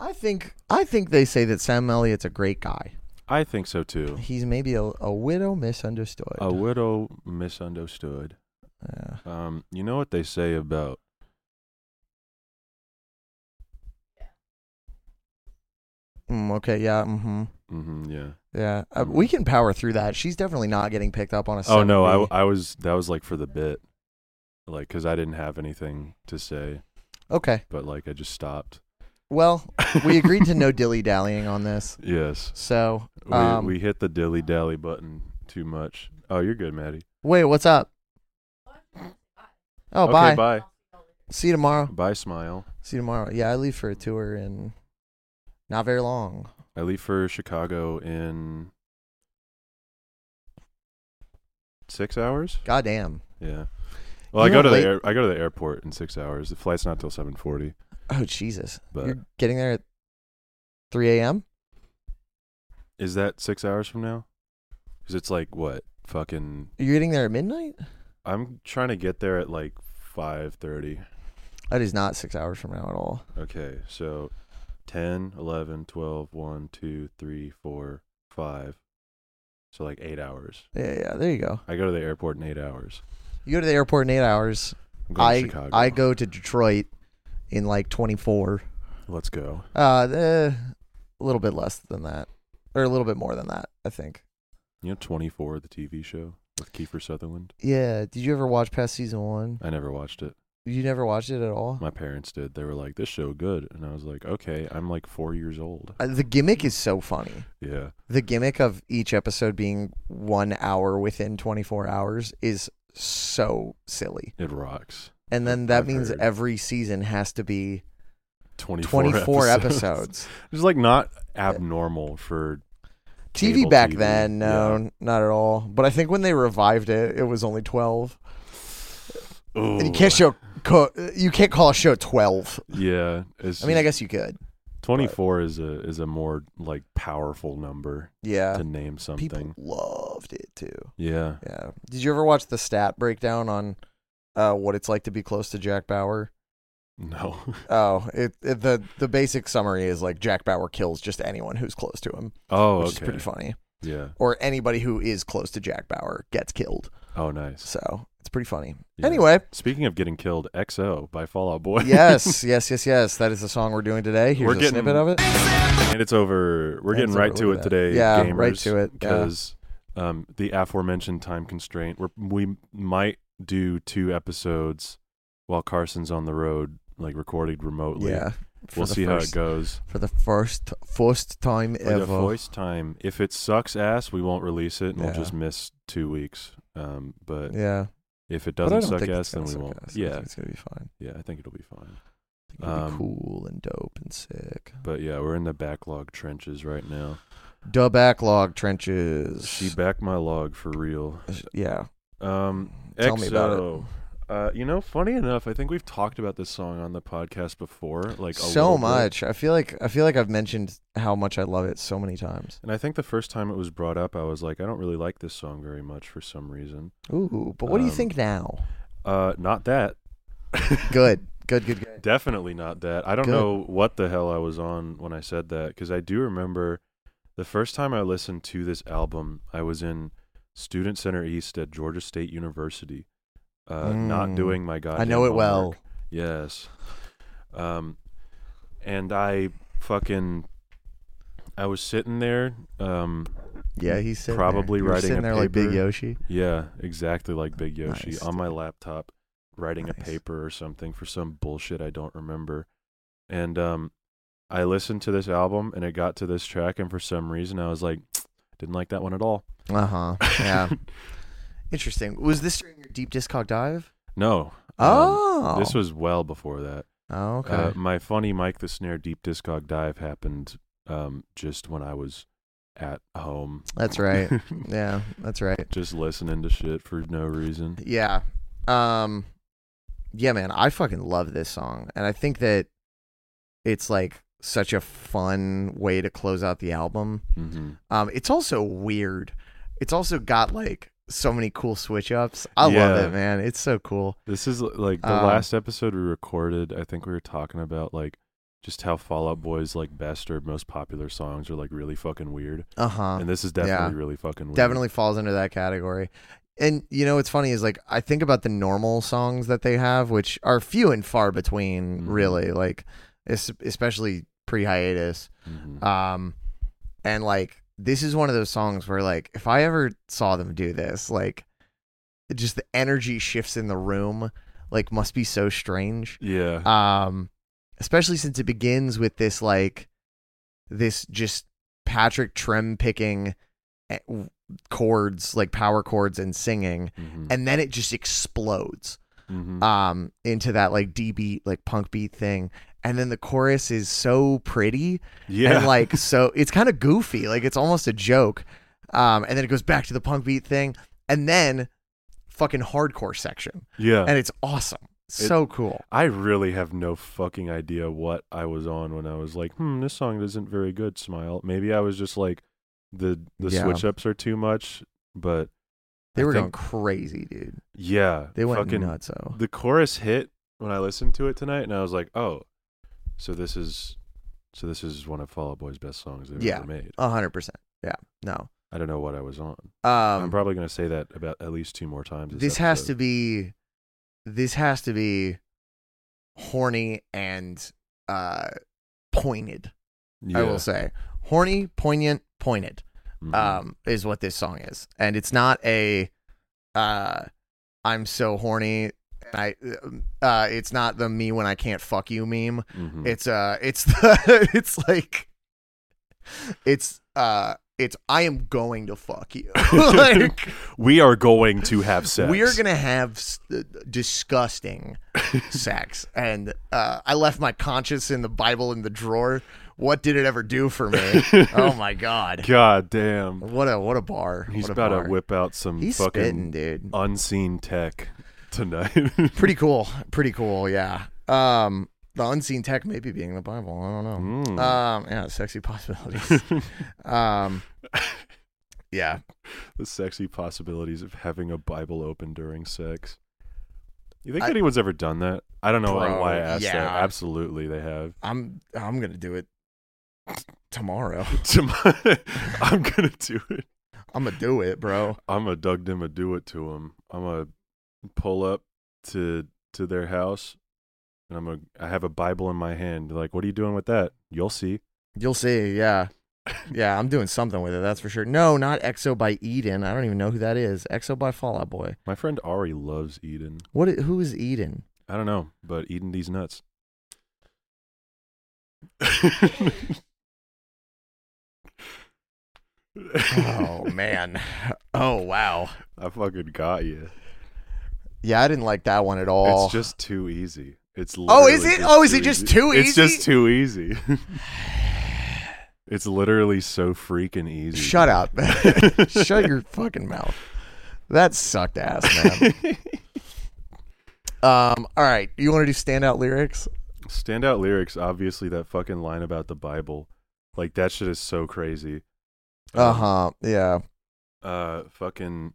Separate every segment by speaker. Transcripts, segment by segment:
Speaker 1: I think I think they say that Sam Elliott's a great guy.
Speaker 2: I think so too.
Speaker 1: He's maybe a, a widow misunderstood.
Speaker 2: A widow misunderstood.
Speaker 1: Yeah.
Speaker 2: Um, you know what they say about
Speaker 1: Mm, okay. Yeah. hmm
Speaker 2: hmm yeah.
Speaker 1: Yeah. Uh, we can power through that. She's definitely not getting picked up on a.
Speaker 2: Oh no,
Speaker 1: seven B.
Speaker 2: I I was that was like for the bit. Like cuz I didn't have anything to say,
Speaker 1: okay.
Speaker 2: but like I just stopped.
Speaker 1: Well, we agreed to no dilly dallying on this.
Speaker 2: Yes.
Speaker 1: So,
Speaker 2: We
Speaker 1: um,
Speaker 2: we hit the dilly-dally button too much. Oh, you're good, Maddie.
Speaker 1: wait, what's up? Oh,
Speaker 2: okay,
Speaker 1: bye.
Speaker 2: bye.
Speaker 1: See you tomorrow.
Speaker 2: Bye, smile.
Speaker 1: See you tomorrow. Yeah, I leave for a tour in not very long.
Speaker 2: I leave for Chicago in 6 hours?
Speaker 1: Goddamn.
Speaker 2: Yeah. Well,
Speaker 1: You
Speaker 2: I
Speaker 1: know,
Speaker 2: go to
Speaker 1: late-
Speaker 2: the air, I go to the airport in 6 hours. The flight's not till 7:40.
Speaker 1: Oh Jesus.
Speaker 2: But-
Speaker 1: You're getting there at 3 a.m.
Speaker 2: Is that 6 hours from now? Cuz it's like what? Fucking
Speaker 1: You're getting there at midnight.
Speaker 2: I'm trying to get there at like 5:30.
Speaker 1: That is not six hours from now at all.
Speaker 2: Okay. So 10, 11, 12, 1, 2, 3, 4, 5. So like 8 hours.
Speaker 1: Yeah, yeah. There you go.
Speaker 2: I go to the airport in 8 hours.
Speaker 1: You go to the airport in eight hours.
Speaker 2: I'm going
Speaker 1: I
Speaker 2: to Chicago.
Speaker 1: I go to Detroit in like 24.
Speaker 2: Let's go.
Speaker 1: Uh, the, a little bit less than that, or a little bit more than that, I think.
Speaker 2: You know 24 the TV show with Kiefer Sutherland?
Speaker 1: Yeah. Did you ever watch past season one?
Speaker 2: I never watched it.
Speaker 1: You never watched it at all.
Speaker 2: My parents did. They were like, "This show good." And I was like, "Okay, I'm like 4 years old."
Speaker 1: Uh, the gimmick is so funny.
Speaker 2: Yeah.
Speaker 1: The gimmick of each episode being one hour within 24 hours is so silly.
Speaker 2: It rocks.
Speaker 1: And then that
Speaker 2: I've
Speaker 1: means
Speaker 2: heard.
Speaker 1: every season has to be
Speaker 2: 24,
Speaker 1: 24
Speaker 2: episodes.
Speaker 1: episodes.
Speaker 2: It's like not abnormal for
Speaker 1: TV
Speaker 2: Cable
Speaker 1: back
Speaker 2: TV,
Speaker 1: then, no,
Speaker 2: yeah.
Speaker 1: n- not at all. But I think when they revived it, it was only 12. And you
Speaker 2: Ooh.
Speaker 1: can't show co- you can't call a show 12.
Speaker 2: Yeah, it's
Speaker 1: I mean, I guess you could.
Speaker 2: twenty four is a is a more like powerful number
Speaker 1: Yeah.
Speaker 2: to name something.
Speaker 1: People loved it too.
Speaker 2: Yeah,
Speaker 1: Yeah. Did you ever watch the stat breakdown on uh, what it's like to be close to Jack Bauer?
Speaker 2: no,
Speaker 1: Oh, it, it the the basic summary is like Jack Bauer kills just anyone who's close to him,
Speaker 2: oh,
Speaker 1: which
Speaker 2: okay,
Speaker 1: is pretty funny.
Speaker 2: yeah,
Speaker 1: Or anybody who is close to Jack Bauer gets killed.
Speaker 2: oh, nice.
Speaker 1: So it's pretty funny.
Speaker 2: Yeah.
Speaker 1: Anyway,
Speaker 2: Speaking of getting killed, XO by Fallout Boy.
Speaker 1: yes, yes, yes, yes. That is the song we're doing today. Here's
Speaker 2: We're
Speaker 1: a
Speaker 2: getting-
Speaker 1: snippet of it.
Speaker 2: and it's over. We're
Speaker 1: It's
Speaker 2: getting
Speaker 1: over,
Speaker 2: right to
Speaker 1: look
Speaker 2: it
Speaker 1: at that.
Speaker 2: today,
Speaker 1: Yeah,
Speaker 2: gamers,
Speaker 1: right to it, yeah.
Speaker 2: because um, the aforementioned time constraint. We're, we might do two episodes while Carson's on the road, like recorded remotely.
Speaker 1: Yeah. for
Speaker 2: we'll
Speaker 1: the
Speaker 2: see
Speaker 1: first-
Speaker 2: how it goes.
Speaker 1: For the first first time
Speaker 2: For the
Speaker 1: ever.
Speaker 2: voice time, if it sucks ass, we won't release it, and
Speaker 1: Yeah.
Speaker 2: we'll just miss two weeks. Um, but
Speaker 1: Yeah.
Speaker 2: if it
Speaker 1: But I
Speaker 2: doesn't
Speaker 1: don't
Speaker 2: suck
Speaker 1: think it's
Speaker 2: ass, then
Speaker 1: gonna
Speaker 2: we
Speaker 1: suck
Speaker 2: won't.
Speaker 1: ass. I
Speaker 2: Yeah,
Speaker 1: think it's gonna be fine.
Speaker 2: yeah, I think it'll be fine.
Speaker 1: I think it'll be
Speaker 2: Um,
Speaker 1: cool and dope and sick.
Speaker 2: But yeah, we're in the backlog trenches right now.
Speaker 1: Da backlog trenches.
Speaker 2: She backed my log for real.
Speaker 1: yeah.
Speaker 2: Um,
Speaker 1: Tell me about it.
Speaker 2: XO. Uh, you know, funny enough, I think we've talked about this song on the podcast before, like a
Speaker 1: so
Speaker 2: little bit.
Speaker 1: much. I feel like I feel like I've mentioned how much I love it so many times.
Speaker 2: And I think the first time it was brought up, I was like, I don't really like this song very much for some reason.
Speaker 1: Ooh, but what do you
Speaker 2: Um,
Speaker 1: think now?
Speaker 2: Uh, not that.
Speaker 1: Good, good, good, good.
Speaker 2: Definitely not that. I don't
Speaker 1: Good.
Speaker 2: know what the hell I was on when I said that because I do remember the first time I listened to this album, I was in Student Center East at Georgia State University, uh,
Speaker 1: Mm.
Speaker 2: not doing my goddamn.
Speaker 1: I know it well.
Speaker 2: homework. Yes. Um, and I fucking, I was sitting there. Um,
Speaker 1: Yeah, he's sitting
Speaker 2: Probably
Speaker 1: there. You're
Speaker 2: writing
Speaker 1: sitting
Speaker 2: a
Speaker 1: there like Big
Speaker 2: paper.
Speaker 1: Yoshi.
Speaker 2: yeah, exactly like Big Yoshi
Speaker 1: Nice,
Speaker 2: on my laptop, writing a
Speaker 1: Nice.
Speaker 2: paper or something for some bullshit I don't remember. And um, I listened to this album and it got to this track, and for some reason I was like, didn't like that one at all.
Speaker 1: Uh
Speaker 2: Uh-huh,
Speaker 1: huh. Yeah. Interesting. Was this during your deep discog dive?
Speaker 2: no. um,
Speaker 1: oh.
Speaker 2: This was well before that.
Speaker 1: Oh, okay.
Speaker 2: Uh, my funny Mike the Snare deep discog dive happened um, just when I was at home.
Speaker 1: that's right. yeah, that's right.
Speaker 2: just listening to shit for no reason.
Speaker 1: Yeah. Um Yeah, man, I fucking love this song. And I think that it's like such a fun way to close out the album.
Speaker 2: hmm
Speaker 1: Um it's also weird. It's also got like so many cool switch ups. I love
Speaker 2: Yeah.
Speaker 1: it, man. It's so cool.
Speaker 2: This is like the
Speaker 1: Um,
Speaker 2: last episode we recorded. I think we were talking about like just how Fallout Boy's like best or most popular songs are like really fucking weird.
Speaker 1: Uh huh.
Speaker 2: And this is definitely really fucking weird.
Speaker 1: Definitely falls under that category. And you know what's funny is like I think about the normal songs that they have, which are few and far between,
Speaker 2: Mhm.
Speaker 1: really. Like, es- especially pre-hiatus.
Speaker 2: Mhm.
Speaker 1: Um, and like this is one of those songs where like if I ever saw them do this, like it just the energy shifts in the room, like must be so strange.
Speaker 2: yeah.
Speaker 1: Um, especially since it begins with this like this just Patrick Trem picking eh, w- chords like power chords and singing
Speaker 2: Mhm.
Speaker 1: and then it just explodes
Speaker 2: Mhm.
Speaker 1: um into that like D beat like punk beat thing and then the chorus is so pretty
Speaker 2: yeah.
Speaker 1: and like so it's kind of goofy like it's almost a joke um and then it goes back to the punk beat thing and then fucking hardcore section
Speaker 2: yeah.
Speaker 1: and it's awesome so cool
Speaker 2: I really have no fucking idea what I was on when I was like, hmm, this song isn't very good, smile. Maybe I was just like the the
Speaker 1: Yeah.
Speaker 2: switch ups are too much, but
Speaker 1: they
Speaker 2: I
Speaker 1: were
Speaker 2: think-
Speaker 1: going crazy dude
Speaker 2: yeah.
Speaker 1: they went
Speaker 2: fucking
Speaker 1: nuts though
Speaker 2: the chorus hit when I listened to it tonight and I was like, Oh, so this is so this is one of Fall Out Boy's best songs they've
Speaker 1: Yeah.
Speaker 2: ever made.
Speaker 1: A hundred percent. Yeah. No.
Speaker 2: I don't know what I was on. I'm
Speaker 1: Um,
Speaker 2: probably gonna say that about at least two more times.
Speaker 1: this has to be, this has to be, horny and uh, pointed. I will say, horny, poignant, pointed.
Speaker 2: Mm-hmm.
Speaker 1: Um, is what this song is, and it's not a, uh, I'm so horny. and I, uh, it's not the me when I can't fuck you meme.
Speaker 2: Hmm. Mm-hmm.
Speaker 1: It's uh it's the it's like it's uh it's I am going to fuck you. like
Speaker 2: we are going to have sex.
Speaker 1: we are going to have s- disgusting sex and uh I left my conscience in the Bible in the drawer. What did it ever do for me? oh my god.
Speaker 2: God damn.
Speaker 1: What a what a bar.
Speaker 2: He's
Speaker 1: what a
Speaker 2: about
Speaker 1: bar.
Speaker 2: to whip out some
Speaker 1: He's
Speaker 2: fucking
Speaker 1: spitting, dude.
Speaker 2: unseen tech tonight.
Speaker 1: Pretty cool. Pretty cool, yeah. Um the unseen tech maybe being the Bible. I don't know.
Speaker 2: Mm.
Speaker 1: Um, yeah, sexy possibilities. um, yeah,
Speaker 2: the sexy possibilities of having a Bible open during sex. You think
Speaker 1: I-
Speaker 2: anyone's ever done that? I don't know
Speaker 1: Bro,
Speaker 2: why I asked that.
Speaker 1: yeah.
Speaker 2: Absolutely, they have.
Speaker 1: I'm I'm gonna do it tomorrow.
Speaker 2: To my- I'm gonna do it.
Speaker 1: I'm gonna do it, bro.
Speaker 2: I'm a dug them a do it to them. I'm a pull up to to their house, and I'm a I have a Bible in my hand. Like, what are you doing with that? You'll see.
Speaker 1: You'll see. Yeah, yeah, I'm doing something with it. That's for sure. No, not EXO by Eden. I don't even know who that is. EXO by Fallout Boy.
Speaker 2: My friend Ari loves Eden.
Speaker 1: What? i- Who is Eden?
Speaker 2: I don't know, but eating these nuts.
Speaker 1: Oh man. Oh wow.
Speaker 2: I fucking got you.
Speaker 1: Yeah, I didn't like that one at all.
Speaker 2: It's just too easy. It's
Speaker 1: Oh, is
Speaker 2: literally
Speaker 1: it? Oh, is it
Speaker 2: too
Speaker 1: just
Speaker 2: easy.
Speaker 1: too
Speaker 2: It's just
Speaker 1: easy?
Speaker 2: too easy. it's literally so freaking easy.
Speaker 1: Shut up. Shut your fucking mouth. That sucked ass, man. um. All right. You want to do standout lyrics?
Speaker 2: Standout lyrics, obviously that fucking line about the Bible. Like that shit is so crazy.
Speaker 1: Uh
Speaker 2: Um,
Speaker 1: huh. Yeah.
Speaker 2: uh fucking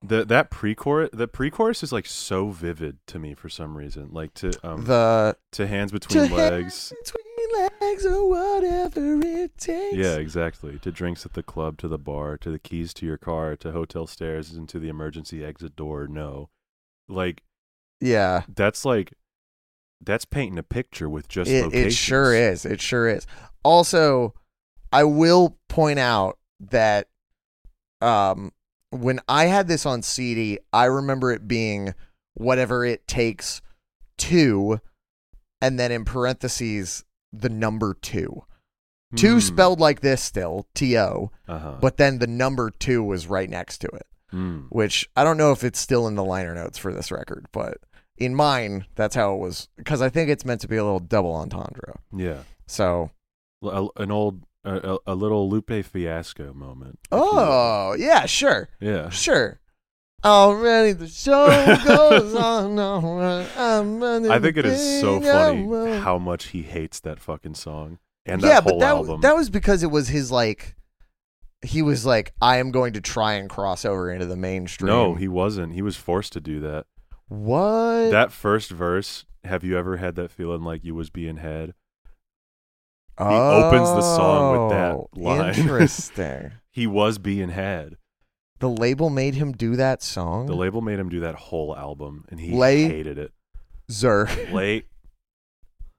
Speaker 2: the that pre-chorus the pre-chorus is like so vivid to me for some reason like to um
Speaker 1: the
Speaker 2: to hands between legs
Speaker 1: between legs or whatever it takes.
Speaker 2: yeah exactly to drinks at the club to the bar to the keys to your car to hotel stairs and to the emergency exit door no like
Speaker 1: yeah.
Speaker 2: that's like that's painting a picture with just
Speaker 1: It, it
Speaker 2: locations.
Speaker 1: sure is. It sure is. Also, I will point out that um, when I had this on CD, I remember it being whatever it takes two, and then in parentheses the number two. Two
Speaker 2: Hmm.
Speaker 1: spelled like this still T O,
Speaker 2: uh-huh
Speaker 1: but then the number two was right next to it.
Speaker 2: Hmm.
Speaker 1: which I don't know if it's still in the liner notes for this record, but in mine, that's how it was because I think it's meant to be a little double entendre.
Speaker 2: yeah
Speaker 1: So,
Speaker 2: L- a- an old a, a a little lupe fiasco moment if you will.
Speaker 1: oh yeah, sure,
Speaker 2: yeah
Speaker 1: sure. Already the show goes on. on, I'm running
Speaker 2: I think it is so
Speaker 1: the
Speaker 2: funny
Speaker 1: hour.
Speaker 2: how much he hates that fucking song and that
Speaker 1: yeah,
Speaker 2: whole
Speaker 1: but that
Speaker 2: album.
Speaker 1: that was because it was his like. He was like, I am going to try and cross over into the mainstream.
Speaker 2: no, he wasn't. He was forced to do that.
Speaker 1: what?
Speaker 2: That first verse, have you ever had that feeling like you was being had? He opens the song with that
Speaker 1: Oh,
Speaker 2: line.
Speaker 1: Interesting.
Speaker 2: He was being had.
Speaker 1: the label made him do that song.
Speaker 2: The label made him do that whole album, and he
Speaker 1: Lay-
Speaker 2: hated it.
Speaker 1: Zer.
Speaker 2: Late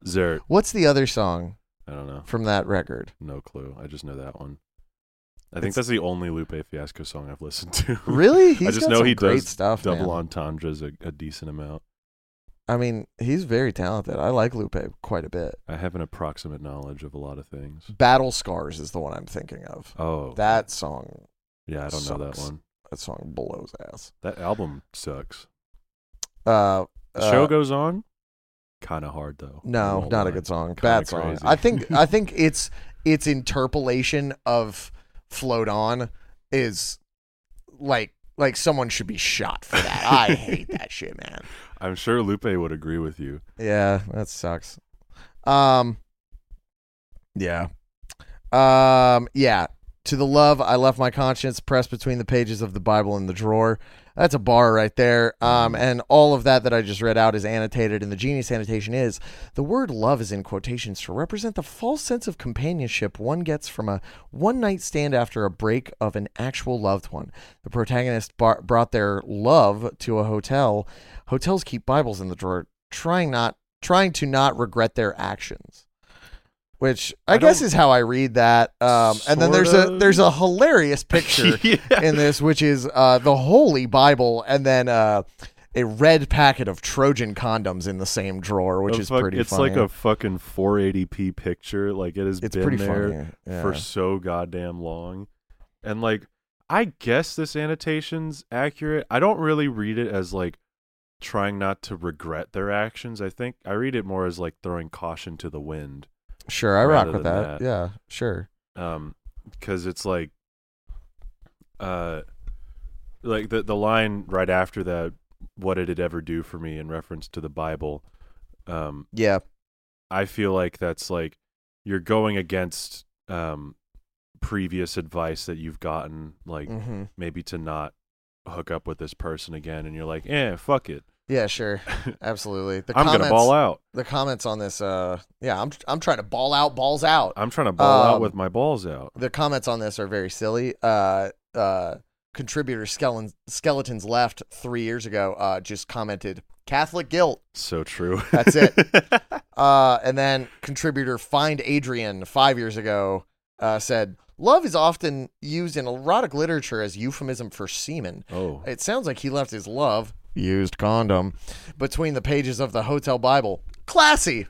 Speaker 2: Zert.
Speaker 1: What's the other song
Speaker 2: I don't know.
Speaker 1: from that record?
Speaker 2: No clue. I just know that one. I think
Speaker 1: It's-
Speaker 2: that's the only Lupe Fiasco song I've listened to.
Speaker 1: Really? He's
Speaker 2: I just
Speaker 1: got
Speaker 2: know
Speaker 1: some
Speaker 2: he
Speaker 1: great
Speaker 2: does
Speaker 1: stuff.
Speaker 2: double
Speaker 1: man.
Speaker 2: entendres a, a decent amount.
Speaker 1: I mean, he's very talented. I like Lupe quite a bit.
Speaker 2: I have an approximate knowledge of a lot of things.
Speaker 1: Battle Scars is the one I'm thinking of.
Speaker 2: Oh,
Speaker 1: That song,
Speaker 2: yeah, I don't know that
Speaker 1: sucks.
Speaker 2: one.
Speaker 1: that song blows ass.
Speaker 2: That album sucks.
Speaker 1: Uh,
Speaker 2: The
Speaker 1: uh,
Speaker 2: show goes on. Kind of hard though.
Speaker 1: No,
Speaker 2: Won't
Speaker 1: not a
Speaker 2: lie.
Speaker 1: good song.
Speaker 2: Oh, Kinda
Speaker 1: Bad song.
Speaker 2: crazy.
Speaker 1: I think I think it's its interpolation of "Float On" is like like someone should be shot for that. I hate that shit, man.
Speaker 2: I'm sure Lupe would agree with you.
Speaker 1: Yeah, that sucks. Um, yeah, um, yeah. To the love, I left my conscience pressed between the pages of the Bible in the drawer. That's a bar right there. Um,
Speaker 2: Mm.
Speaker 1: and all of that that I just read out is annotated, and the genius annotation is the word love is in quotations to represent the false sense of companionship one gets from a one night stand after a break of an actual loved one. The protagonist bar- brought their love to a hotel. Hotels keep Bibles in the drawer, trying not trying to not regret their actions. Which I,
Speaker 2: I
Speaker 1: guess
Speaker 2: don't-
Speaker 1: is how I read that. Um, and then there's a
Speaker 2: Sorta.
Speaker 1: there's a hilarious picture
Speaker 2: yeah.
Speaker 1: in this, which is uh, the Holy Bible, and then uh, a red packet of Trojan condoms in the same drawer, which
Speaker 2: A
Speaker 1: is
Speaker 2: Oh, fuck-
Speaker 1: pretty.
Speaker 2: It's
Speaker 1: funny.
Speaker 2: like a fucking 480p picture. Like it has
Speaker 1: It's
Speaker 2: been
Speaker 1: pretty
Speaker 2: there
Speaker 1: funny. Yeah.
Speaker 2: for so goddamn long, and like I guess this annotation's accurate. I don't really read it as like trying not to regret their actions. I think I read it more as like throwing caution to the wind.
Speaker 1: sure, I rock
Speaker 2: rather
Speaker 1: with
Speaker 2: than
Speaker 1: that.
Speaker 2: that.
Speaker 1: Yeah, sure.
Speaker 2: um because it's like uh like the the line right after that what did it ever do for me in reference to the bible um
Speaker 1: Yeah,
Speaker 2: i feel like that's like you're going against um previous advice that you've gotten like
Speaker 1: hmm
Speaker 2: maybe to not hook up with this person again and you're like eh fuck it
Speaker 1: yeah, sure, absolutely. The
Speaker 2: i'm
Speaker 1: comments,
Speaker 2: gonna ball out
Speaker 1: the comments on this. Uh, yeah, I'm I'm trying to ball out, balls out.
Speaker 2: i'm trying to ball
Speaker 1: Um,
Speaker 2: out with my balls out
Speaker 1: the comments on this are very silly. Uh, uh, contributor Skeleton, skeletons left three years ago. Uh, just commented Catholic guilt.
Speaker 2: so true
Speaker 1: That's it. Uh, and then contributor Find Adrian five years ago uh, said, Love is often used in erotic literature as euphemism for semen.
Speaker 2: oh
Speaker 1: It sounds like he left his love, used condom, between the pages of the hotel Bible. Classy.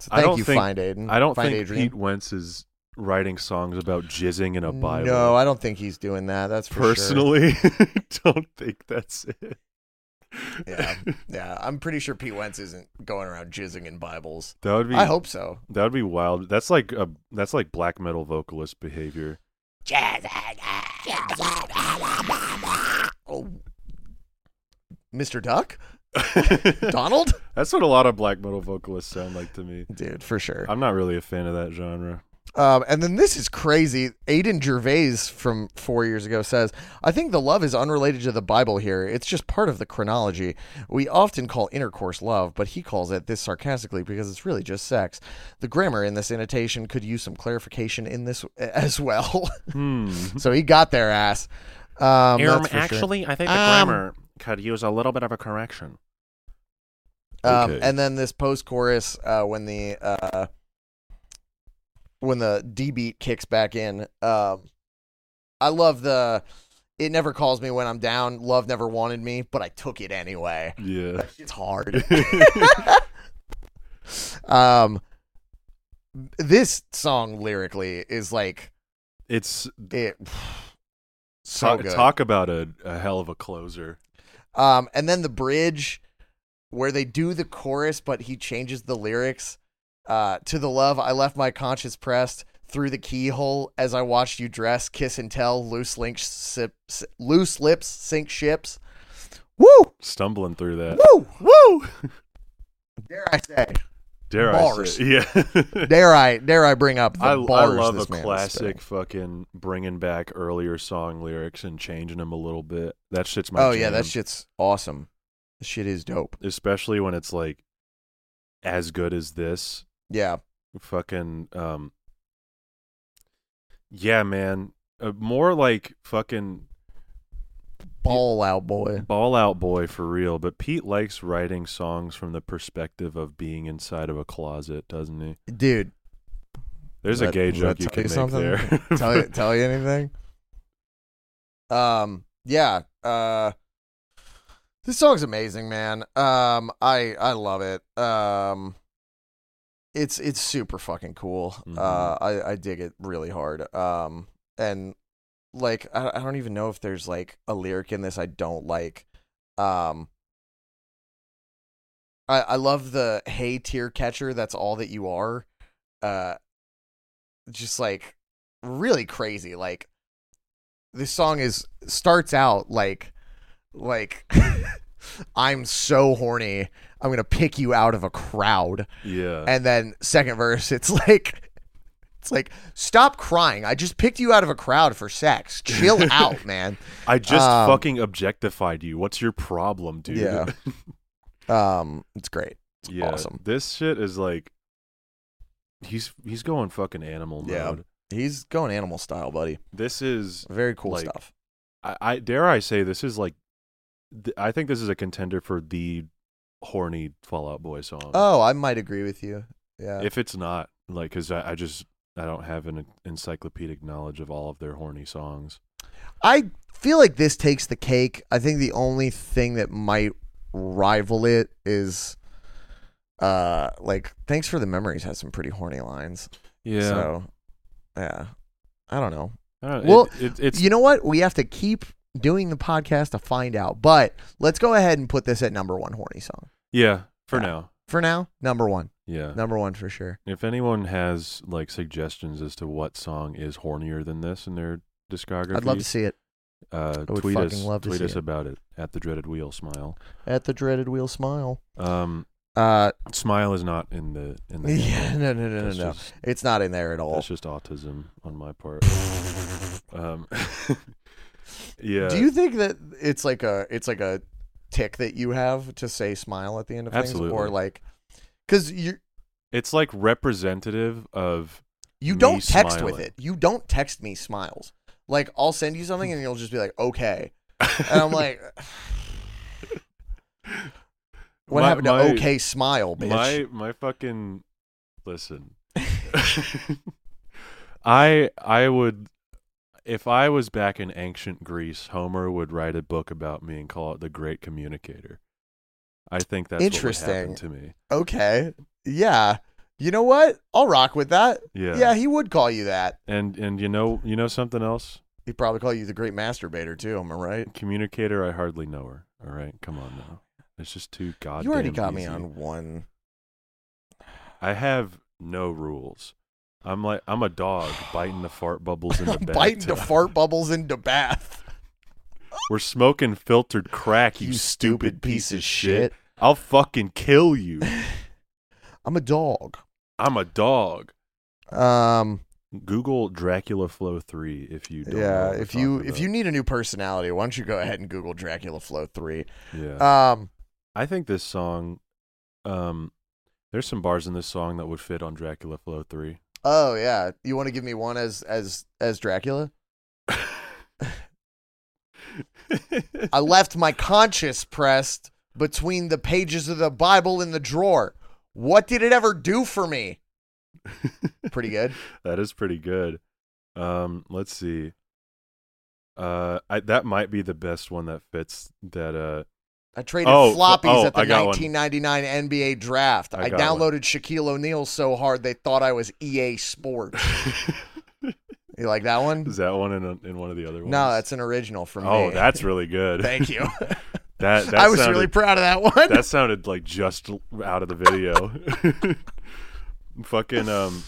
Speaker 1: So
Speaker 2: I
Speaker 1: thank
Speaker 2: don't
Speaker 1: you,
Speaker 2: think-
Speaker 1: Find Aiden.
Speaker 2: I don't
Speaker 1: Find
Speaker 2: think
Speaker 1: Adrian.
Speaker 2: Pete Wentz is writing songs about jizzing in a Bible.
Speaker 1: No, I don't think he's doing that. That's for sure.
Speaker 2: personally, don't think that's it.
Speaker 1: Yeah, yeah. I'm pretty sure Pete Wentz isn't going around jizzing in Bibles.
Speaker 2: That would be.
Speaker 1: I hope so.
Speaker 2: that would be wild. That's like a that's like black metal vocalist behavior.
Speaker 1: Oh, Mr. Duck,
Speaker 2: that's
Speaker 1: Donald,
Speaker 2: what a lot of black metal vocalists sound like to me.
Speaker 1: dude, for sure.
Speaker 2: I'm not really a fan of that genre.
Speaker 1: Um, and then this is crazy. Aiden Gervais from four years ago says, I think the love is unrelated to the Bible here. It's just part of the chronology. We often call intercourse love, but he calls it this sarcastically because it's really just sex. The grammar in this annotation could use some clarification in this as well.
Speaker 2: Hmm.
Speaker 1: so he got their ass. Um, that's for sure.
Speaker 2: I think
Speaker 1: the Um, grammar
Speaker 2: could use a little bit of a correction.
Speaker 1: Um,
Speaker 2: Okay.
Speaker 1: And then this post chorus, uh, when the uh, when the D beat kicks back in, um, I love the. It never calls me when I'm down. Love never wanted me, but I took it anyway.
Speaker 2: Yeah.
Speaker 1: It's hard. um, this song lyrically is like
Speaker 2: it's
Speaker 1: it. So
Speaker 2: talk,
Speaker 1: good.
Speaker 2: talk about a, a hell of a closer.
Speaker 1: Um, and then the bridge where they do the chorus, but he changes the lyrics uh, to the love I left my conscience pressed through the keyhole as I watched you dress, kiss and tell, loose links, sip, si- loose lips, sink ships. Woo,
Speaker 2: Stumbling through that.
Speaker 1: woo, woo. Dare I say?
Speaker 2: Dare
Speaker 1: Bars.
Speaker 2: I say? Yeah.
Speaker 1: Dare I? Dare I bring up the
Speaker 2: I, I
Speaker 1: bars
Speaker 2: love
Speaker 1: this
Speaker 2: a
Speaker 1: man is
Speaker 2: classic
Speaker 1: spitting.
Speaker 2: fucking bringing back earlier song lyrics and changing them a little bit. That shit's my
Speaker 1: Oh yeah,
Speaker 2: jam.
Speaker 1: that shit's awesome. This shit is dope.
Speaker 2: especially when it's like as good as this
Speaker 1: Yeah,
Speaker 2: fucking um yeah man uh, more like fucking
Speaker 1: Ball out boy.
Speaker 2: ball out boy for real but pete likes writing songs from the perspective of being inside of a closet doesn't he
Speaker 1: Dude,
Speaker 2: there's a
Speaker 1: Let-
Speaker 2: gay
Speaker 1: let
Speaker 2: joke you
Speaker 1: tell
Speaker 2: can
Speaker 1: you
Speaker 2: make
Speaker 1: something.
Speaker 2: there
Speaker 1: tell you tell you anything? Um, yeah. Uh, this song's amazing, man. Um, I I love it. Um, it's it's super fucking cool.
Speaker 2: Mhm.
Speaker 1: Uh, I I dig it really hard. Um, and like I I don't even know if there's like a lyric in this I don't like. Um. I, I love the hey tear catcher that's all that you are uh just like really crazy. Like this song is starts out like like I'm so horny. I'm gonna pick you out of a crowd.
Speaker 2: yeah
Speaker 1: And then second verse, it's like it's like stop crying. I just picked you out of a crowd for sex. Chill out, man.
Speaker 2: i just
Speaker 1: um,
Speaker 2: fucking objectified you what's your problem dude
Speaker 1: Yeah. Um, it's great.
Speaker 2: yeah
Speaker 1: awesome.
Speaker 2: this shit is like he's he's going fucking animal mode
Speaker 1: Yeah. He's going animal style, buddy.
Speaker 2: this is
Speaker 1: Very cool
Speaker 2: Like-
Speaker 1: stuff.
Speaker 2: I, I dare I say this is like, th- I think this is a contender for the horny Fallout Boy song.
Speaker 1: Oh, I might agree with you. Yeah.
Speaker 2: um, if it's not like, because I, I just I don't have an encyclopedic knowledge of all of their horny songs.
Speaker 1: I feel like this takes the cake. I think the only thing that might rival it is uh like thanks for the memories has some pretty horny lines.
Speaker 2: Yeah,
Speaker 1: So yeah. I don't know.
Speaker 2: I don't-
Speaker 1: Well,
Speaker 2: it, it- it's
Speaker 1: you know what? We have to keep doing the podcast to find out. But let's go ahead and put this at number 1 horny song.
Speaker 2: yeah for
Speaker 1: Yeah.
Speaker 2: now.
Speaker 1: For now, number 1.
Speaker 2: Yeah.
Speaker 1: Number 1 for sure.
Speaker 2: If anyone has like suggestions as to what song is hornier than this in their discography,
Speaker 1: I'd love to see it
Speaker 2: uh,
Speaker 1: I would
Speaker 2: tweet us
Speaker 1: fucking love to
Speaker 2: tweet
Speaker 1: see
Speaker 2: us
Speaker 1: it.
Speaker 2: about it at the dreaded wheel smile.
Speaker 1: at the dreaded wheel smile.
Speaker 2: Um,
Speaker 1: Uh
Speaker 2: smile is not in the in the
Speaker 1: yeah, no no no no
Speaker 2: That's
Speaker 1: no.
Speaker 2: just-
Speaker 1: It's not in there at all.
Speaker 2: That's just autism on my part. Um, yeah.
Speaker 1: Do you think that it's like a it's like a tick that you have to say smile at the end of things, or
Speaker 2: Absolutely.
Speaker 1: like because you
Speaker 2: it's like representative of
Speaker 1: you
Speaker 2: Me
Speaker 1: don't text with
Speaker 2: smiling.
Speaker 1: it. You don't text me smiles. Like I'll send you something and you'll just be like okay, and I'm like, what
Speaker 2: My-
Speaker 1: happened to
Speaker 2: my-
Speaker 1: okay smile, bitch?
Speaker 2: my my fucking listen. I I would if I was back in ancient Greece, Homer would write a book about me and call it the Great Communicator. I think that's what would
Speaker 1: Interesting.
Speaker 2: happen to me.
Speaker 1: okay, yeah. You know what? I'll rock with that.
Speaker 2: Yeah.
Speaker 1: yeah, he would call you that.
Speaker 2: And and you know you know something else?
Speaker 1: He'd probably call you the great masturbator too. Am I right?
Speaker 2: Communicator, I hardly know her. All right, come on now. It's just too goddamn.
Speaker 1: you already got me
Speaker 2: easy.
Speaker 1: on one.
Speaker 2: I have no rules. I'm like I'm a dog biting the fart bubbles in the bathtub.
Speaker 1: Biting the fart bubbles into bath.
Speaker 2: We're smoking filtered crack, you, stupid piece of shit. I'll fucking kill you.
Speaker 1: I'm a dog.
Speaker 2: I'm a dog.
Speaker 1: Um,
Speaker 2: Google Dracula Flow three if you don't know
Speaker 1: yeah.
Speaker 2: what we're
Speaker 1: If you
Speaker 2: talking
Speaker 1: if you need a new personality, why don't you go ahead and Google Dracula Flow Three?
Speaker 2: about. yeah.
Speaker 1: Um,
Speaker 2: I think this song, um, there's some bars in this song that would fit on Dracula Flow three.
Speaker 1: oh yeah. You want to give me one as as as Dracula? I left my conscience pressed between the pages of the Bible in the drawer. What did it ever do for me? Pretty good.
Speaker 2: That is pretty good. Um, let's see. Uh, I, that might be the best one that fits that. Uh,
Speaker 1: I traded
Speaker 2: Oh, fl-
Speaker 1: floppies
Speaker 2: oh,
Speaker 1: at the
Speaker 2: I got one.
Speaker 1: 1999 NBA draft. I,
Speaker 2: I got one.
Speaker 1: downloaded Shaquille O'Neal so hard they thought I was EA Sports. You like that one?
Speaker 2: is that one in a, in one of the other ones?
Speaker 1: No, that's an original from me.
Speaker 2: oh, that's really good.
Speaker 1: Thank you.
Speaker 2: that that
Speaker 1: I was
Speaker 2: sounded,
Speaker 1: really proud of that one.
Speaker 2: that sounded like just l- out of the video. Fucking um,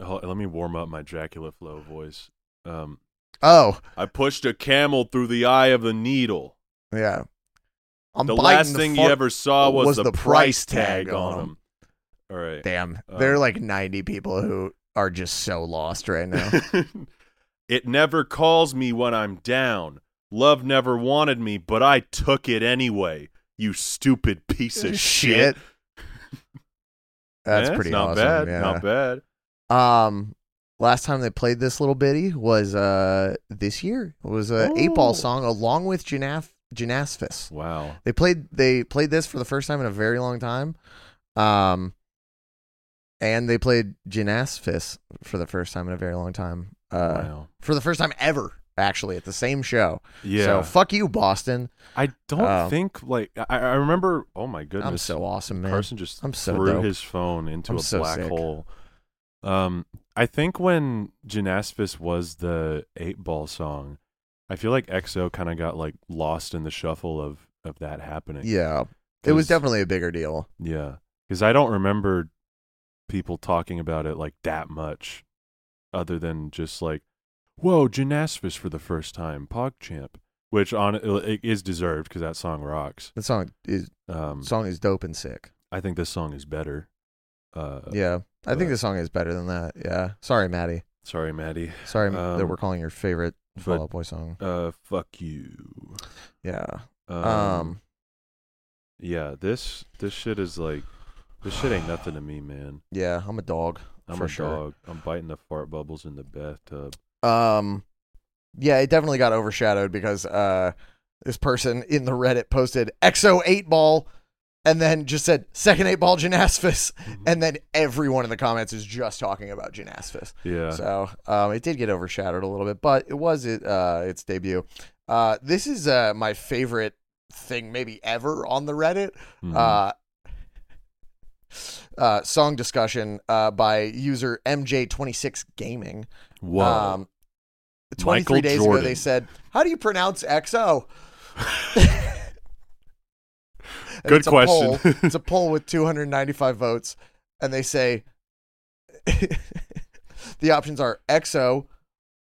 Speaker 2: oh, let me warm up my Dracula flow voice. Um,
Speaker 1: oh,
Speaker 2: I pushed a camel through the eye of the needle.
Speaker 1: yeah. I'm
Speaker 2: the
Speaker 1: biting
Speaker 2: last
Speaker 1: the
Speaker 2: thing
Speaker 1: fuck-
Speaker 2: you ever saw was, the, price tag, on
Speaker 1: 'em.
Speaker 2: him. All right.
Speaker 1: Damn,
Speaker 2: Uh,
Speaker 1: there are like 90 people who are just so lost right now.
Speaker 2: it never calls me when I'm down. Love never wanted me, but I took it anyway. You stupid piece of shit.
Speaker 1: That's
Speaker 2: Eh, it's
Speaker 1: pretty
Speaker 2: not
Speaker 1: awesome.
Speaker 2: bad.
Speaker 1: yeah. Uh,
Speaker 2: Not bad.
Speaker 1: Um, last time they played this little bitty was uh this year. It was a eight
Speaker 2: Oh.
Speaker 1: ball song along with Janaf Janaspis.
Speaker 2: Wow.
Speaker 1: They played they played this for the first time in a very long time. Um and they played Janaspis for the first time in a very long time. Uh
Speaker 2: wow.
Speaker 1: for the first time ever actually at the same show.
Speaker 2: Yeah.
Speaker 1: So fuck you Boston.
Speaker 2: I don't
Speaker 1: uh,
Speaker 2: think like I, I remember. Oh my goodness.
Speaker 1: I'm so awesome, man.
Speaker 2: Carson just
Speaker 1: I'm so
Speaker 2: threw
Speaker 1: dope.
Speaker 2: his phone into
Speaker 1: I'm
Speaker 2: a
Speaker 1: so
Speaker 2: black
Speaker 1: sick.
Speaker 2: hole. Um, I think when Janaspis was the eight ball song, I feel like EXO kind of got like lost in the shuffle of of that happening.
Speaker 1: Yeah. It was
Speaker 2: 'Cause-
Speaker 1: definitely a bigger deal.
Speaker 2: yeah, because I don't remember people talking about it like that much, other than just like, "Whoa, Janaspis for the first time, PogChamp," which on it is deserved because that song rocks.
Speaker 1: The song is
Speaker 2: Um,
Speaker 1: song is dope and sick.
Speaker 2: I think this song is better. Uh,
Speaker 1: Yeah. I
Speaker 2: but-
Speaker 1: think the song is better than that. Yeah. Sorry, Maddie.
Speaker 2: Sorry, Maddie.
Speaker 1: Sorry that
Speaker 2: Um,
Speaker 1: we're calling your favorite Fall Out Boy song.
Speaker 2: Uh, fuck you.
Speaker 1: Yeah.
Speaker 2: Um,
Speaker 1: Um,
Speaker 2: yeah, this this shit is like, this shit ain't nothing to me, man.
Speaker 1: yeah, I'm a dog.
Speaker 2: I'm
Speaker 1: For
Speaker 2: a
Speaker 1: sure.
Speaker 2: dog. I'm biting the fart bubbles in the bathtub.
Speaker 1: Um yeah, it definitely got overshadowed because uh this person in the Reddit posted XO eight ball and then just said second eight ball Janaspis and then everyone in the comments is just talking about Janaspis.
Speaker 2: Yeah,
Speaker 1: So um, it did get overshadowed a little bit, but it was it uh, its debut. Uh, this is uh, my favorite thing maybe ever on the Reddit.
Speaker 2: mhm.
Speaker 1: Uh, uh, song discussion uh, by user MJ26 Gaming.
Speaker 2: whoa.
Speaker 1: Um, 23
Speaker 2: Michael
Speaker 1: days
Speaker 2: Jordan.
Speaker 1: ago, they said, How do you pronounce XO? And
Speaker 2: Good
Speaker 1: it's a poll-
Speaker 2: question.
Speaker 1: it's a poll with 295 votes, and they say the options are XO,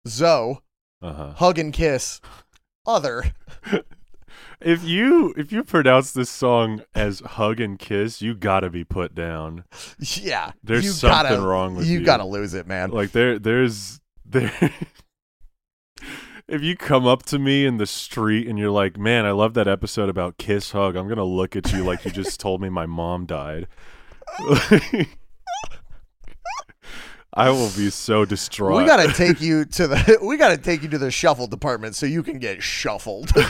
Speaker 1: Zo,
Speaker 2: uh-huh.
Speaker 1: Hug and Kiss, Other.
Speaker 2: If you if you pronounce this song as hug and kiss, you gotta be put down.
Speaker 1: Yeah.
Speaker 2: There's
Speaker 1: you
Speaker 2: something
Speaker 1: gotta,
Speaker 2: wrong with
Speaker 1: you.
Speaker 2: you.
Speaker 1: gotta lose it, man.
Speaker 2: Like there there's there. if you come up to me in the street and you're like, "Man, I love that episode about kiss hug," I'm gonna look at you like you just told me my mom died. I will be so distraught.
Speaker 1: We gotta take you to the we gotta take you to the shuffle department so you can get shuffled.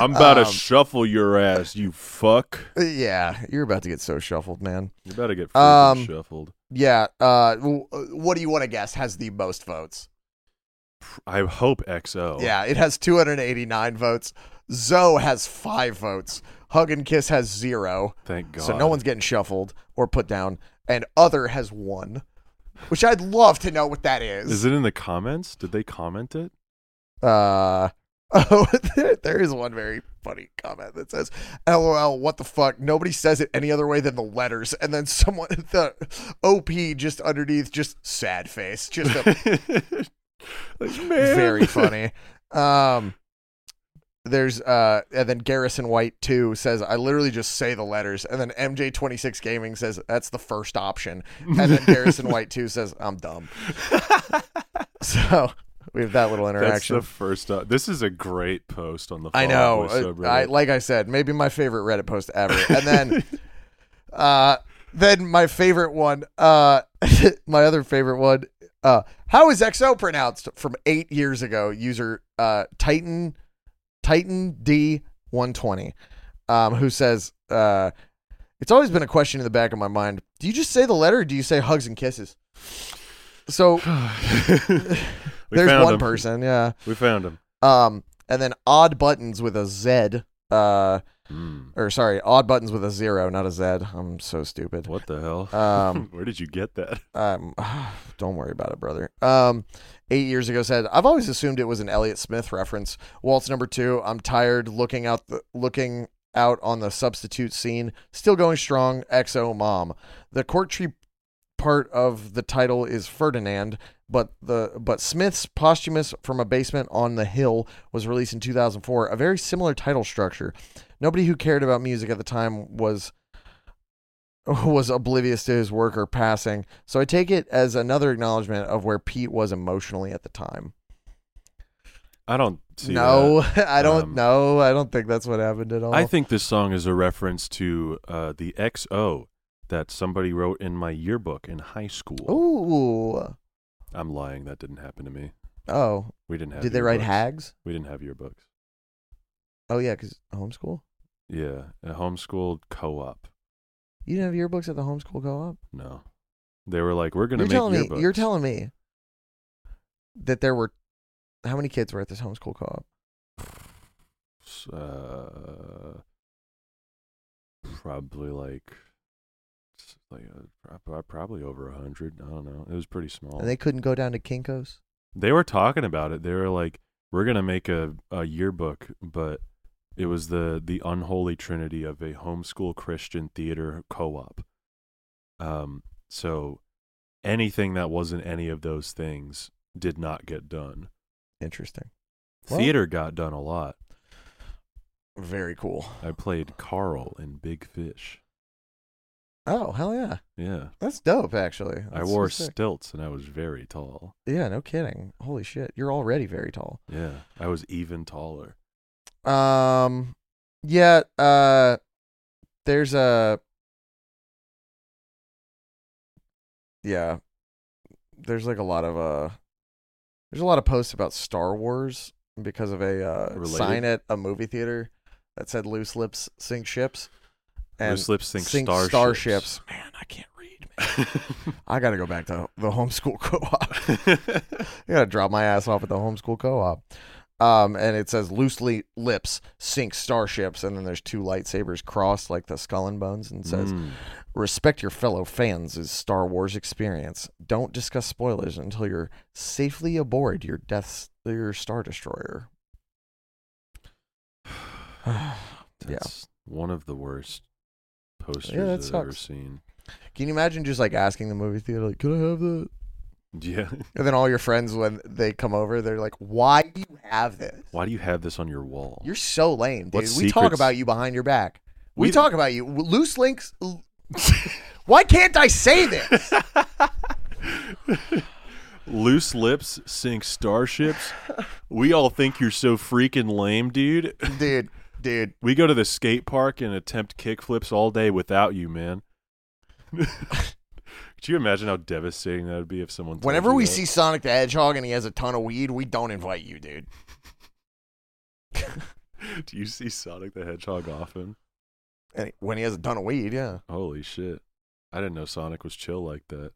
Speaker 2: I'm about to
Speaker 1: um,
Speaker 2: shuffle your ass, you fuck.
Speaker 1: yeah, you're about to get so shuffled, man.
Speaker 2: You're about to get freaking
Speaker 1: Um,
Speaker 2: shuffled.
Speaker 1: Yeah. Uh, w- what do you want to guess has the most votes?
Speaker 2: I hope XO.
Speaker 1: Yeah, it has 289 votes. Zoe has five votes. Hug and Kiss has zero.
Speaker 2: Thank God.
Speaker 1: So no one's getting shuffled or put down. And Other has one, which I'd love to know what that is.
Speaker 2: Is it in the comments? Did they comment it?
Speaker 1: Uh, oh, there, there is one very funny comment that says, LOL, what the fuck? Nobody says it any other way than the letters. And then someone, the OP just underneath, just sad face. Just a
Speaker 2: Like, man.
Speaker 1: very funny. Um, there's uh, and then Garrison White too says I literally just say the letters, and then MJ26 Gaming says that's the first option, and then Garrison White too says I'm dumb. So we have that little
Speaker 2: That's
Speaker 1: interaction.
Speaker 2: the first. Uh, this is a great post on the.
Speaker 1: I
Speaker 2: Fall
Speaker 1: know.
Speaker 2: Out Oh, Boy
Speaker 1: uh, I,
Speaker 2: subreddit.
Speaker 1: like I said, maybe my favorite Reddit post ever. And then, uh, then my favorite one, uh, my other favorite one, uh, how is XO pronounced from eight years ago? User uh, Titan Titan D one twenty, um, who says, uh, "It's always been a question in the back of my mind. Do you just say the letter, or do you say hugs and kisses?" So
Speaker 2: We
Speaker 1: there's
Speaker 2: found
Speaker 1: one
Speaker 2: him.
Speaker 1: person, yeah.
Speaker 2: We found him.
Speaker 1: Um, and then odd buttons with a Z. Uh,
Speaker 2: Mm,
Speaker 1: or sorry, odd buttons with a zero, not a Z. I'm so stupid.
Speaker 2: what the hell?
Speaker 1: Um,
Speaker 2: Where did you get that?
Speaker 1: Um, don't worry about it, brother. Um, eight years ago said, I've always assumed it was an Elliott Smith reference. Waltz number two. I'm tired looking out the looking out on the substitute scene. Still going strong. XO mom. The court tree part of the title is Ferdinand, but the but Smith's posthumous from a basement on the hill was released in 2004. A very similar title structure. Nobody who cared about music at the time was was oblivious to his work or passing. So I take it as another acknowledgement of where Pete was emotionally at the time.
Speaker 2: I don't see
Speaker 1: no, I don't
Speaker 2: Um,
Speaker 1: know. I don't think that's what happened at all.
Speaker 2: that. I think this song is a reference to uh, the XO that somebody wrote in my yearbook in high school.
Speaker 1: Ooh.
Speaker 2: I'm lying. That didn't happen to me.
Speaker 1: Oh,
Speaker 2: We didn't have.
Speaker 1: did they write
Speaker 2: yearbooks.
Speaker 1: hags?
Speaker 2: We didn't have yearbooks.
Speaker 1: Oh yeah, because homeschool.
Speaker 2: Yeah, a homeschooled co-op.
Speaker 1: You didn't have yearbooks at the homeschool co-op.
Speaker 2: No, they were like, we're gonna
Speaker 1: You're
Speaker 2: make
Speaker 1: telling
Speaker 2: yearbooks.
Speaker 1: me. You're telling me that there were how many kids were at this homeschool co-op?
Speaker 2: uh, probably like s- like uh, prob- prob- probably over a hundred. I don't know. It was pretty small.
Speaker 1: And they couldn't go down to Kinkos.
Speaker 2: They were talking about it. They were like, "We're gonna make a, a yearbook," but it was the the unholy trinity of a homeschool Christian theater co-op. Um, so anything that wasn't any of those things did not get done.
Speaker 1: Interesting. Well-
Speaker 2: Theater got done a lot.
Speaker 1: Very cool.
Speaker 2: I played Carl in Big Fish.
Speaker 1: Oh hell yeah,
Speaker 2: Yeah,
Speaker 1: that's dope. Actually,
Speaker 2: I
Speaker 1: That's so
Speaker 2: wore
Speaker 1: sick.
Speaker 2: stilts and I was very tall.
Speaker 1: Yeah, no kidding. Holy shit, you're already very tall.
Speaker 2: Yeah, I was even taller.
Speaker 1: Um, yeah. Uh, there's a. Yeah, there's like a lot of uh, there's a lot of posts about Star Wars because of a uh,
Speaker 2: Related?
Speaker 1: sign at a movie theater that said "Loose lips sink ships." And
Speaker 2: Loose lips think
Speaker 1: sink
Speaker 2: starships.
Speaker 1: starships. Man, I can't read. Man. I gotta go back to the homeschool co-op. I gotta drop my ass off at the homeschool co-op. Um, and it says loosely lips sink starships, and then there's two lightsabers crossed like the skull and bones, and says
Speaker 2: Mm.
Speaker 1: respect your fellow fans is Star Wars experience. Don't discuss spoilers until you're safely aboard your death's your star destroyer. Yeah.
Speaker 2: That's one of the worst posters
Speaker 1: that
Speaker 2: I've ever
Speaker 1: sucks.
Speaker 2: seen.
Speaker 1: Can you imagine just like asking the movie theater, like, "Could I have that?"
Speaker 2: Yeah.
Speaker 1: And then all your friends when they come over, they're like, "Why do you have this?"
Speaker 2: Why do you have this on your wall?
Speaker 1: You're so lame, dude.
Speaker 2: What
Speaker 1: We talk
Speaker 2: secrets-
Speaker 1: about you behind your back. We,
Speaker 2: We-
Speaker 1: talk about you. Loose links. Why can't I say this?
Speaker 2: Loose lips sink starships. we all think you're so freaking lame, dude.
Speaker 1: dude, dude.
Speaker 2: We go to the skate park and attempt kickflips all day without you, man. Could you imagine how devastating that would be if someone? told
Speaker 1: Whenever
Speaker 2: you
Speaker 1: we
Speaker 2: that?
Speaker 1: see Sonic the Hedgehog and he has a ton of weed, we don't invite you, dude.
Speaker 2: do you see Sonic the Hedgehog often?
Speaker 1: And when he has a ton of weed, yeah.
Speaker 2: Holy shit! I didn't know Sonic was chill like that.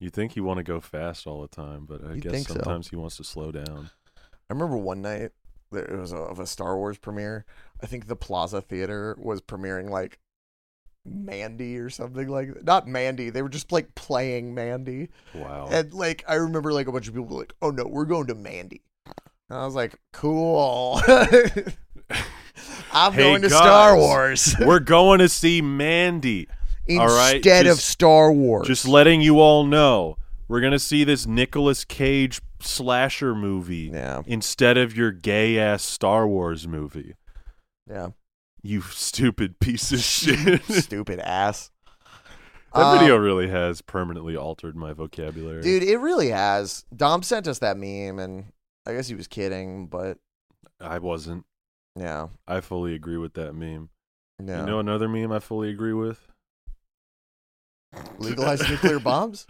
Speaker 2: You think he want to go fast all the time, but I
Speaker 1: You'd
Speaker 2: guess
Speaker 1: think so.
Speaker 2: sometimes he wants to slow down.
Speaker 1: I remember one night there it was a, of a Star Wars premiere. I think the Plaza Theater was premiering like Mandy or something like that. Not Mandy. They were just like playing Mandy.
Speaker 2: Wow.
Speaker 1: And like I remember like a bunch of people were like, "Oh no, we're going to Mandy." And I was like, "Cool." I'm
Speaker 2: Hey,
Speaker 1: going to
Speaker 2: guys.
Speaker 1: Star Wars
Speaker 2: We're going to see Mandy. All right,
Speaker 1: instead of
Speaker 2: just-
Speaker 1: Star Wars.
Speaker 2: Just letting you all know, we're gonna see this Nicolas Cage slasher movie
Speaker 1: Yeah.
Speaker 2: instead of your gay ass Star Wars movie.
Speaker 1: Yeah.
Speaker 2: You stupid piece of shit. that
Speaker 1: Stupid ass. Um,
Speaker 2: video really has permanently altered my vocabulary.
Speaker 1: Dude, it really has. Dom sent us that meme and I guess he was kidding, but
Speaker 2: I wasn't.
Speaker 1: yeah.
Speaker 2: I fully agree with that meme.
Speaker 1: No.
Speaker 2: You know another meme I fully agree with?
Speaker 1: Legalize nuclear bombs?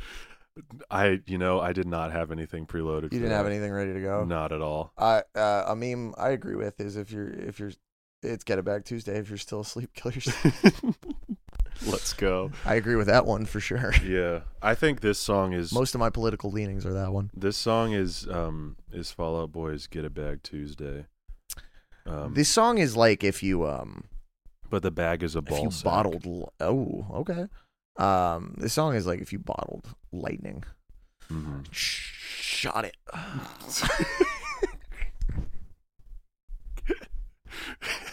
Speaker 2: I you know, I did not have anything preloaded.
Speaker 1: You didn't have anything ready to go?
Speaker 2: Not at all.
Speaker 1: I uh, a meme I agree with is if you're if you're it's Get It Back Tuesday. If you're still asleep, kill yourself.
Speaker 2: Let's go.
Speaker 1: I agree with that one for sure.
Speaker 2: Yeah. I think this song is
Speaker 1: Most of my political leanings are that one.
Speaker 2: This song is um is Fall Out Boy's "Get a Bag Tuesday," um,
Speaker 1: this song is like if you um
Speaker 2: but the bag is a
Speaker 1: if
Speaker 2: ball
Speaker 1: you
Speaker 2: sack.
Speaker 1: bottled l- oh okay um this song is like if you bottled lightning
Speaker 2: Mhm.
Speaker 1: shot it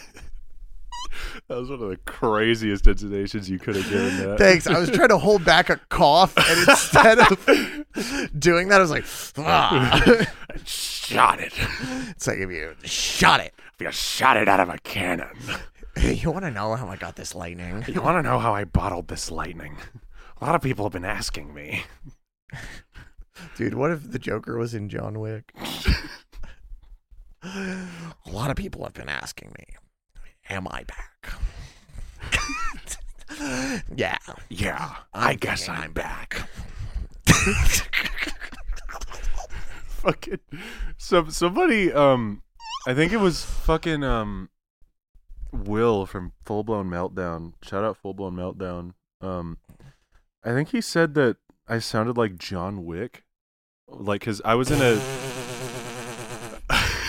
Speaker 2: That was one of the craziest intonations you could have given that.
Speaker 1: thanks i was trying to hold back a cough and instead of doing that i was like ah.
Speaker 2: shot it.
Speaker 1: it's like if you shot it
Speaker 2: You shot it out of a cannon.
Speaker 1: you want to know how i got this lightning
Speaker 2: You want to know how I bottled this lightning? A lot of people have been asking me.
Speaker 1: dude what if the joker was in john wick A lot of people have been asking me, "Am I back?" yeah,
Speaker 2: Yeah,
Speaker 1: I guess I'm back.
Speaker 2: fucking so somebody um I think it was fucking um Will from Full Blown Meltdown. Shout out Full Blown Meltdown. Um I think he said that I sounded like John Wick. Like cuz I was in a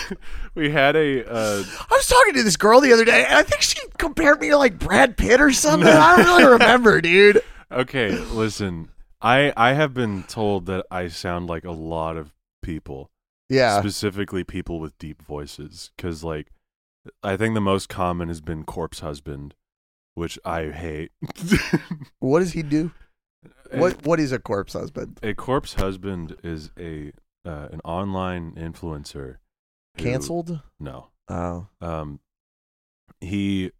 Speaker 2: we had a uh
Speaker 1: I was talking to this girl the other day, and I think she compared me to like Brad Pitt or something. I don't really remember, dude.
Speaker 2: okay, listen. I I have been told that I sound like a lot of people.
Speaker 1: Yeah,
Speaker 2: specifically people with deep voices because like i think the most common has been corpse husband which i hate
Speaker 1: what does he do?
Speaker 2: Uh,
Speaker 1: What What is a corpse husband?
Speaker 2: a corpse husband is a uh, an online influencer who-
Speaker 1: Cancelled?
Speaker 2: no
Speaker 1: Oh,
Speaker 2: um he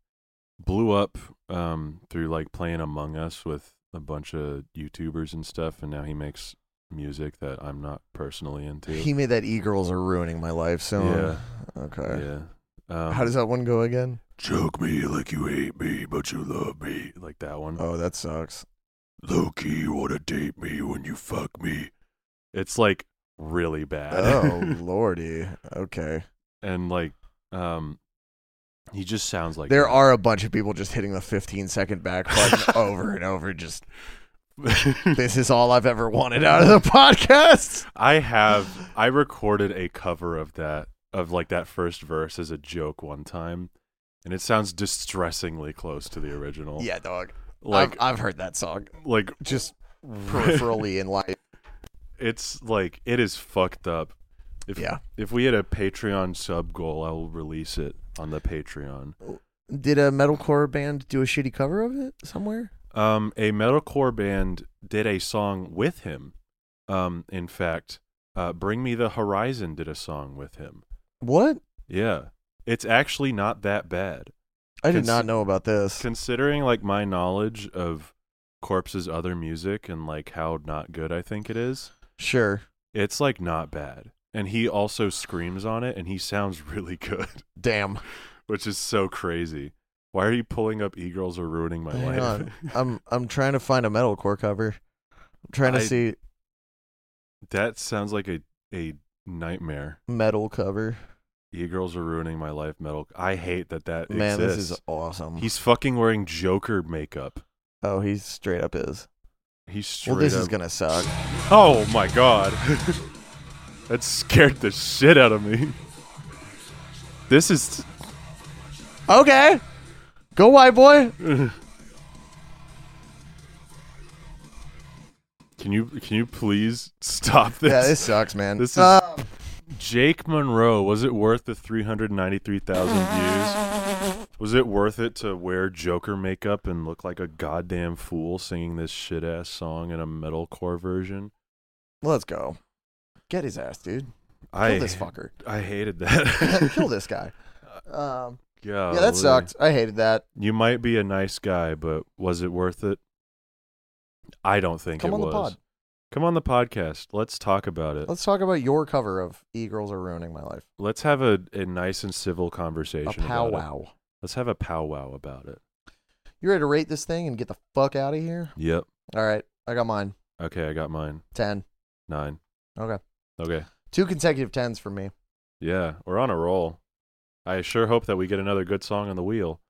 Speaker 2: blew up um through like playing among us with a bunch of youtubers and stuff and now he makes music that i'm not personally into
Speaker 1: he made that e girls are ruining my life. So okay.
Speaker 2: yeah um,
Speaker 1: How does that one go again?
Speaker 2: Choke me like you hate me, but you love me. Like that one.
Speaker 1: Oh, that sucks.
Speaker 2: Loki, you wanna date me when you fuck me? It's like really bad.
Speaker 1: Oh lordy. Okay.
Speaker 2: and like, um, he just sounds like
Speaker 1: There are a bunch of people just hitting the 15 second back button over and over. Just this is all I've ever wanted out of the podcast.
Speaker 2: I have. I recorded a cover of that of like that first verse as a joke one time, and it sounds distressingly close to the original.
Speaker 1: Yeah, Um, dog.
Speaker 2: Like
Speaker 1: I've, I've heard that song
Speaker 2: like
Speaker 1: just peripherally in life.
Speaker 2: it's like it is fucked up. If
Speaker 1: Yeah.
Speaker 2: if we had a Patreon sub goal, I will release it on the Patreon.
Speaker 1: Did a metalcore band do a shitty cover of it somewhere?
Speaker 2: Um, a metalcore band did a song with him. Um, in fact, uh, Bring Me the Horizon did a song with him.
Speaker 1: What?
Speaker 2: Yeah, it's actually not that bad
Speaker 1: I did
Speaker 2: Cons-
Speaker 1: not know about this.
Speaker 2: considering like my knowledge of Corpse's other music and like how not good I think it is.
Speaker 1: Sure.
Speaker 2: It's like not bad, and he also screams on it, and he sounds really good.
Speaker 1: Damn.
Speaker 2: which is so crazy. Why are you pulling up e girls or ruining my
Speaker 1: Hang
Speaker 2: life?
Speaker 1: on. I'm I'm trying to find a metalcore cover. I'm trying to
Speaker 2: I-
Speaker 1: see
Speaker 2: that sounds like a a nightmare.
Speaker 1: metal cover.
Speaker 2: E girls are ruining my life. Metal. I hate that that
Speaker 1: Man,
Speaker 2: exists.
Speaker 1: this is awesome.
Speaker 2: He's fucking wearing Joker makeup.
Speaker 1: oh, he straight up is.
Speaker 2: He's straight
Speaker 1: well, this
Speaker 2: up.
Speaker 1: is gonna suck.
Speaker 2: oh my god, that scared the shit out of me. This is
Speaker 1: Okay. Go white boy.
Speaker 2: Can you can you please stop this?
Speaker 1: Yeah, this sucks, man.
Speaker 2: This is-
Speaker 1: Uh,
Speaker 2: Jake Monroe, was it worth the 393,000 views? Was it worth it to wear Joker makeup and look like a goddamn fool singing this shit ass song in a metalcore version?
Speaker 1: let's go. Get his ass, dude. Kill
Speaker 2: I
Speaker 1: this fucker.
Speaker 2: I hated that.
Speaker 1: Kill this guy. Um, yeah,
Speaker 2: God,
Speaker 1: that sucked. I hated that.
Speaker 2: You might be a nice guy, but was it worth it? I don't think
Speaker 1: Come
Speaker 2: it
Speaker 1: on the
Speaker 2: was.
Speaker 1: pod.
Speaker 2: Come on the podcast. Let's talk about it.
Speaker 1: Let's talk about your cover of "E Girls Are Ruining My Life."
Speaker 2: Let's have a, a nice and civil
Speaker 1: A
Speaker 2: conversation. about it.
Speaker 1: powwow.
Speaker 2: Let's have a powwow about it.
Speaker 1: You ready to rate this thing and get the fuck out of here?
Speaker 2: Yep.
Speaker 1: All right, I got mine.
Speaker 2: Okay, I got mine.
Speaker 1: Ten.
Speaker 2: Nine.
Speaker 1: Okay.
Speaker 2: Okay.
Speaker 1: Two consecutive tens for me.
Speaker 2: Yeah, we're on a roll. I sure hope that we get another good song on the wheel.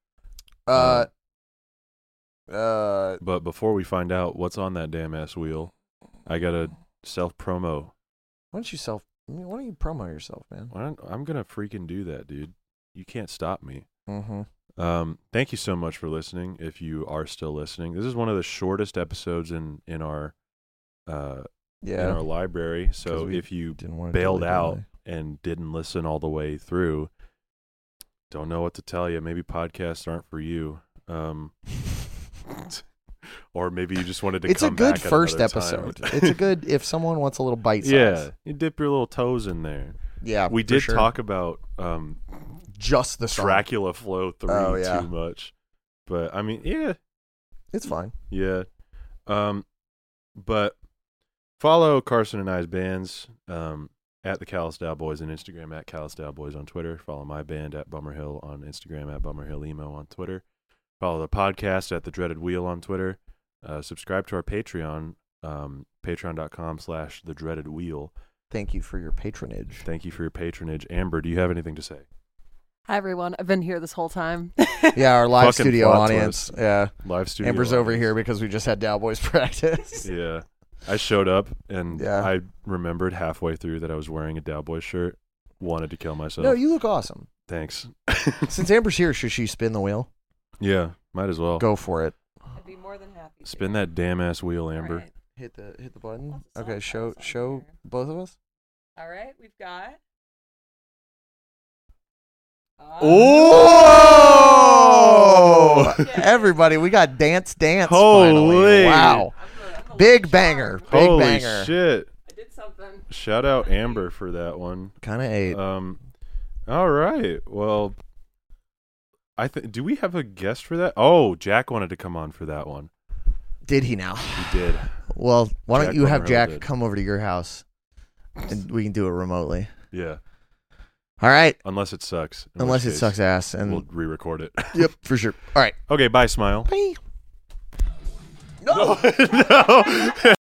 Speaker 1: Uh. Uh.
Speaker 2: But before we find out what's on that damn ass wheel, I gotta self promo.
Speaker 1: Why don't you self? I mean, Why don't you promo yourself, man?
Speaker 2: I'm gonna freaking do that, dude. You can't stop me.
Speaker 1: Mm-hmm.
Speaker 2: Um, thank you so much for listening. If you are still listening, this is one of the shortest episodes in in our uh in
Speaker 1: Yeah.
Speaker 2: our library. So
Speaker 1: 'Cause we
Speaker 2: if you
Speaker 1: Didn't want
Speaker 2: bailed out and didn't listen all the way through, don't know what to tell you. Maybe podcasts aren't for you. Um, or maybe you just wanted to.
Speaker 1: It's a
Speaker 2: come
Speaker 1: good
Speaker 2: back at
Speaker 1: first
Speaker 2: another time.
Speaker 1: episode. it's a good if someone wants a little bite size.
Speaker 2: yeah, you dip your little toes in there.
Speaker 1: Yeah.
Speaker 2: We
Speaker 1: for
Speaker 2: did
Speaker 1: sure.
Speaker 2: talk about um,
Speaker 1: just the song.
Speaker 2: Dracula Flow Three
Speaker 1: Oh, yeah.
Speaker 2: too much, but I mean, yeah,
Speaker 1: It's fine.
Speaker 2: Yeah. Um but follow Carson and I's bands um at the Calisdow Boys on Instagram, at Calisdow Boys on Twitter. Follow my band at Bummerhill on Instagram, at Bummerhill Emo on Twitter. Follow the podcast at The Dreaded Wheel on Twitter. Uh, subscribe to our Patreon, um, patreon.com slash The Dreaded Wheel.
Speaker 1: Thank you for your patronage.
Speaker 2: Thank you for your patronage. Amber, do you have anything to say?
Speaker 3: Hi everyone. I've been here this whole time.
Speaker 1: Yeah, our live
Speaker 2: Fucking
Speaker 1: studio
Speaker 2: plot
Speaker 1: audience.
Speaker 2: twist.
Speaker 1: Yeah.
Speaker 2: Live studio.
Speaker 1: Amber's over
Speaker 2: audience.
Speaker 1: here because we just had Dowboys practice.
Speaker 2: Yeah. I showed up and
Speaker 1: Yeah.
Speaker 2: I remembered halfway through that I was wearing a Dowboy shirt. Wanted to kill myself.
Speaker 1: No, you look awesome.
Speaker 2: Thanks.
Speaker 1: Since Amber's here, should she spin the wheel?
Speaker 2: yeah, might as well.
Speaker 1: Go for it.
Speaker 3: I'd be more than happy. to.
Speaker 2: Spin that damn ass wheel, Amber.
Speaker 1: Hit the hit the button.
Speaker 3: Lots of
Speaker 1: Okay,
Speaker 3: songs
Speaker 1: show
Speaker 3: on
Speaker 1: show
Speaker 3: here.
Speaker 1: both of us.
Speaker 3: All right, we've got.
Speaker 2: Oh!
Speaker 1: Oh! Everybody, we got dance dance. finally.
Speaker 2: Holy.
Speaker 1: Wow.
Speaker 3: I'm the- I'm the
Speaker 1: Big
Speaker 3: lucky
Speaker 1: banger.
Speaker 3: charm.
Speaker 1: Big
Speaker 2: Holy
Speaker 1: banger.
Speaker 2: shit.
Speaker 3: I did something.
Speaker 2: Shout out Amber for that one.
Speaker 1: Kind of ate.
Speaker 2: Um all right. Well, I think do we have a guest for that? Oh, Jack wanted to come on for that one.
Speaker 1: Did he now?
Speaker 2: He did.
Speaker 1: Well, why don't
Speaker 2: Jack
Speaker 1: you have
Speaker 2: Bummerhill
Speaker 1: Jack
Speaker 2: did.
Speaker 1: come over to your house and we can do it remotely.
Speaker 2: Yeah.
Speaker 1: All right.
Speaker 2: Unless it sucks. In
Speaker 1: Unless
Speaker 2: which
Speaker 1: it
Speaker 2: case,
Speaker 1: sucks ass and
Speaker 2: we'll re-record it.
Speaker 1: Yep, for sure. All right.
Speaker 2: okay, bye, smile.
Speaker 1: Bye.
Speaker 2: no.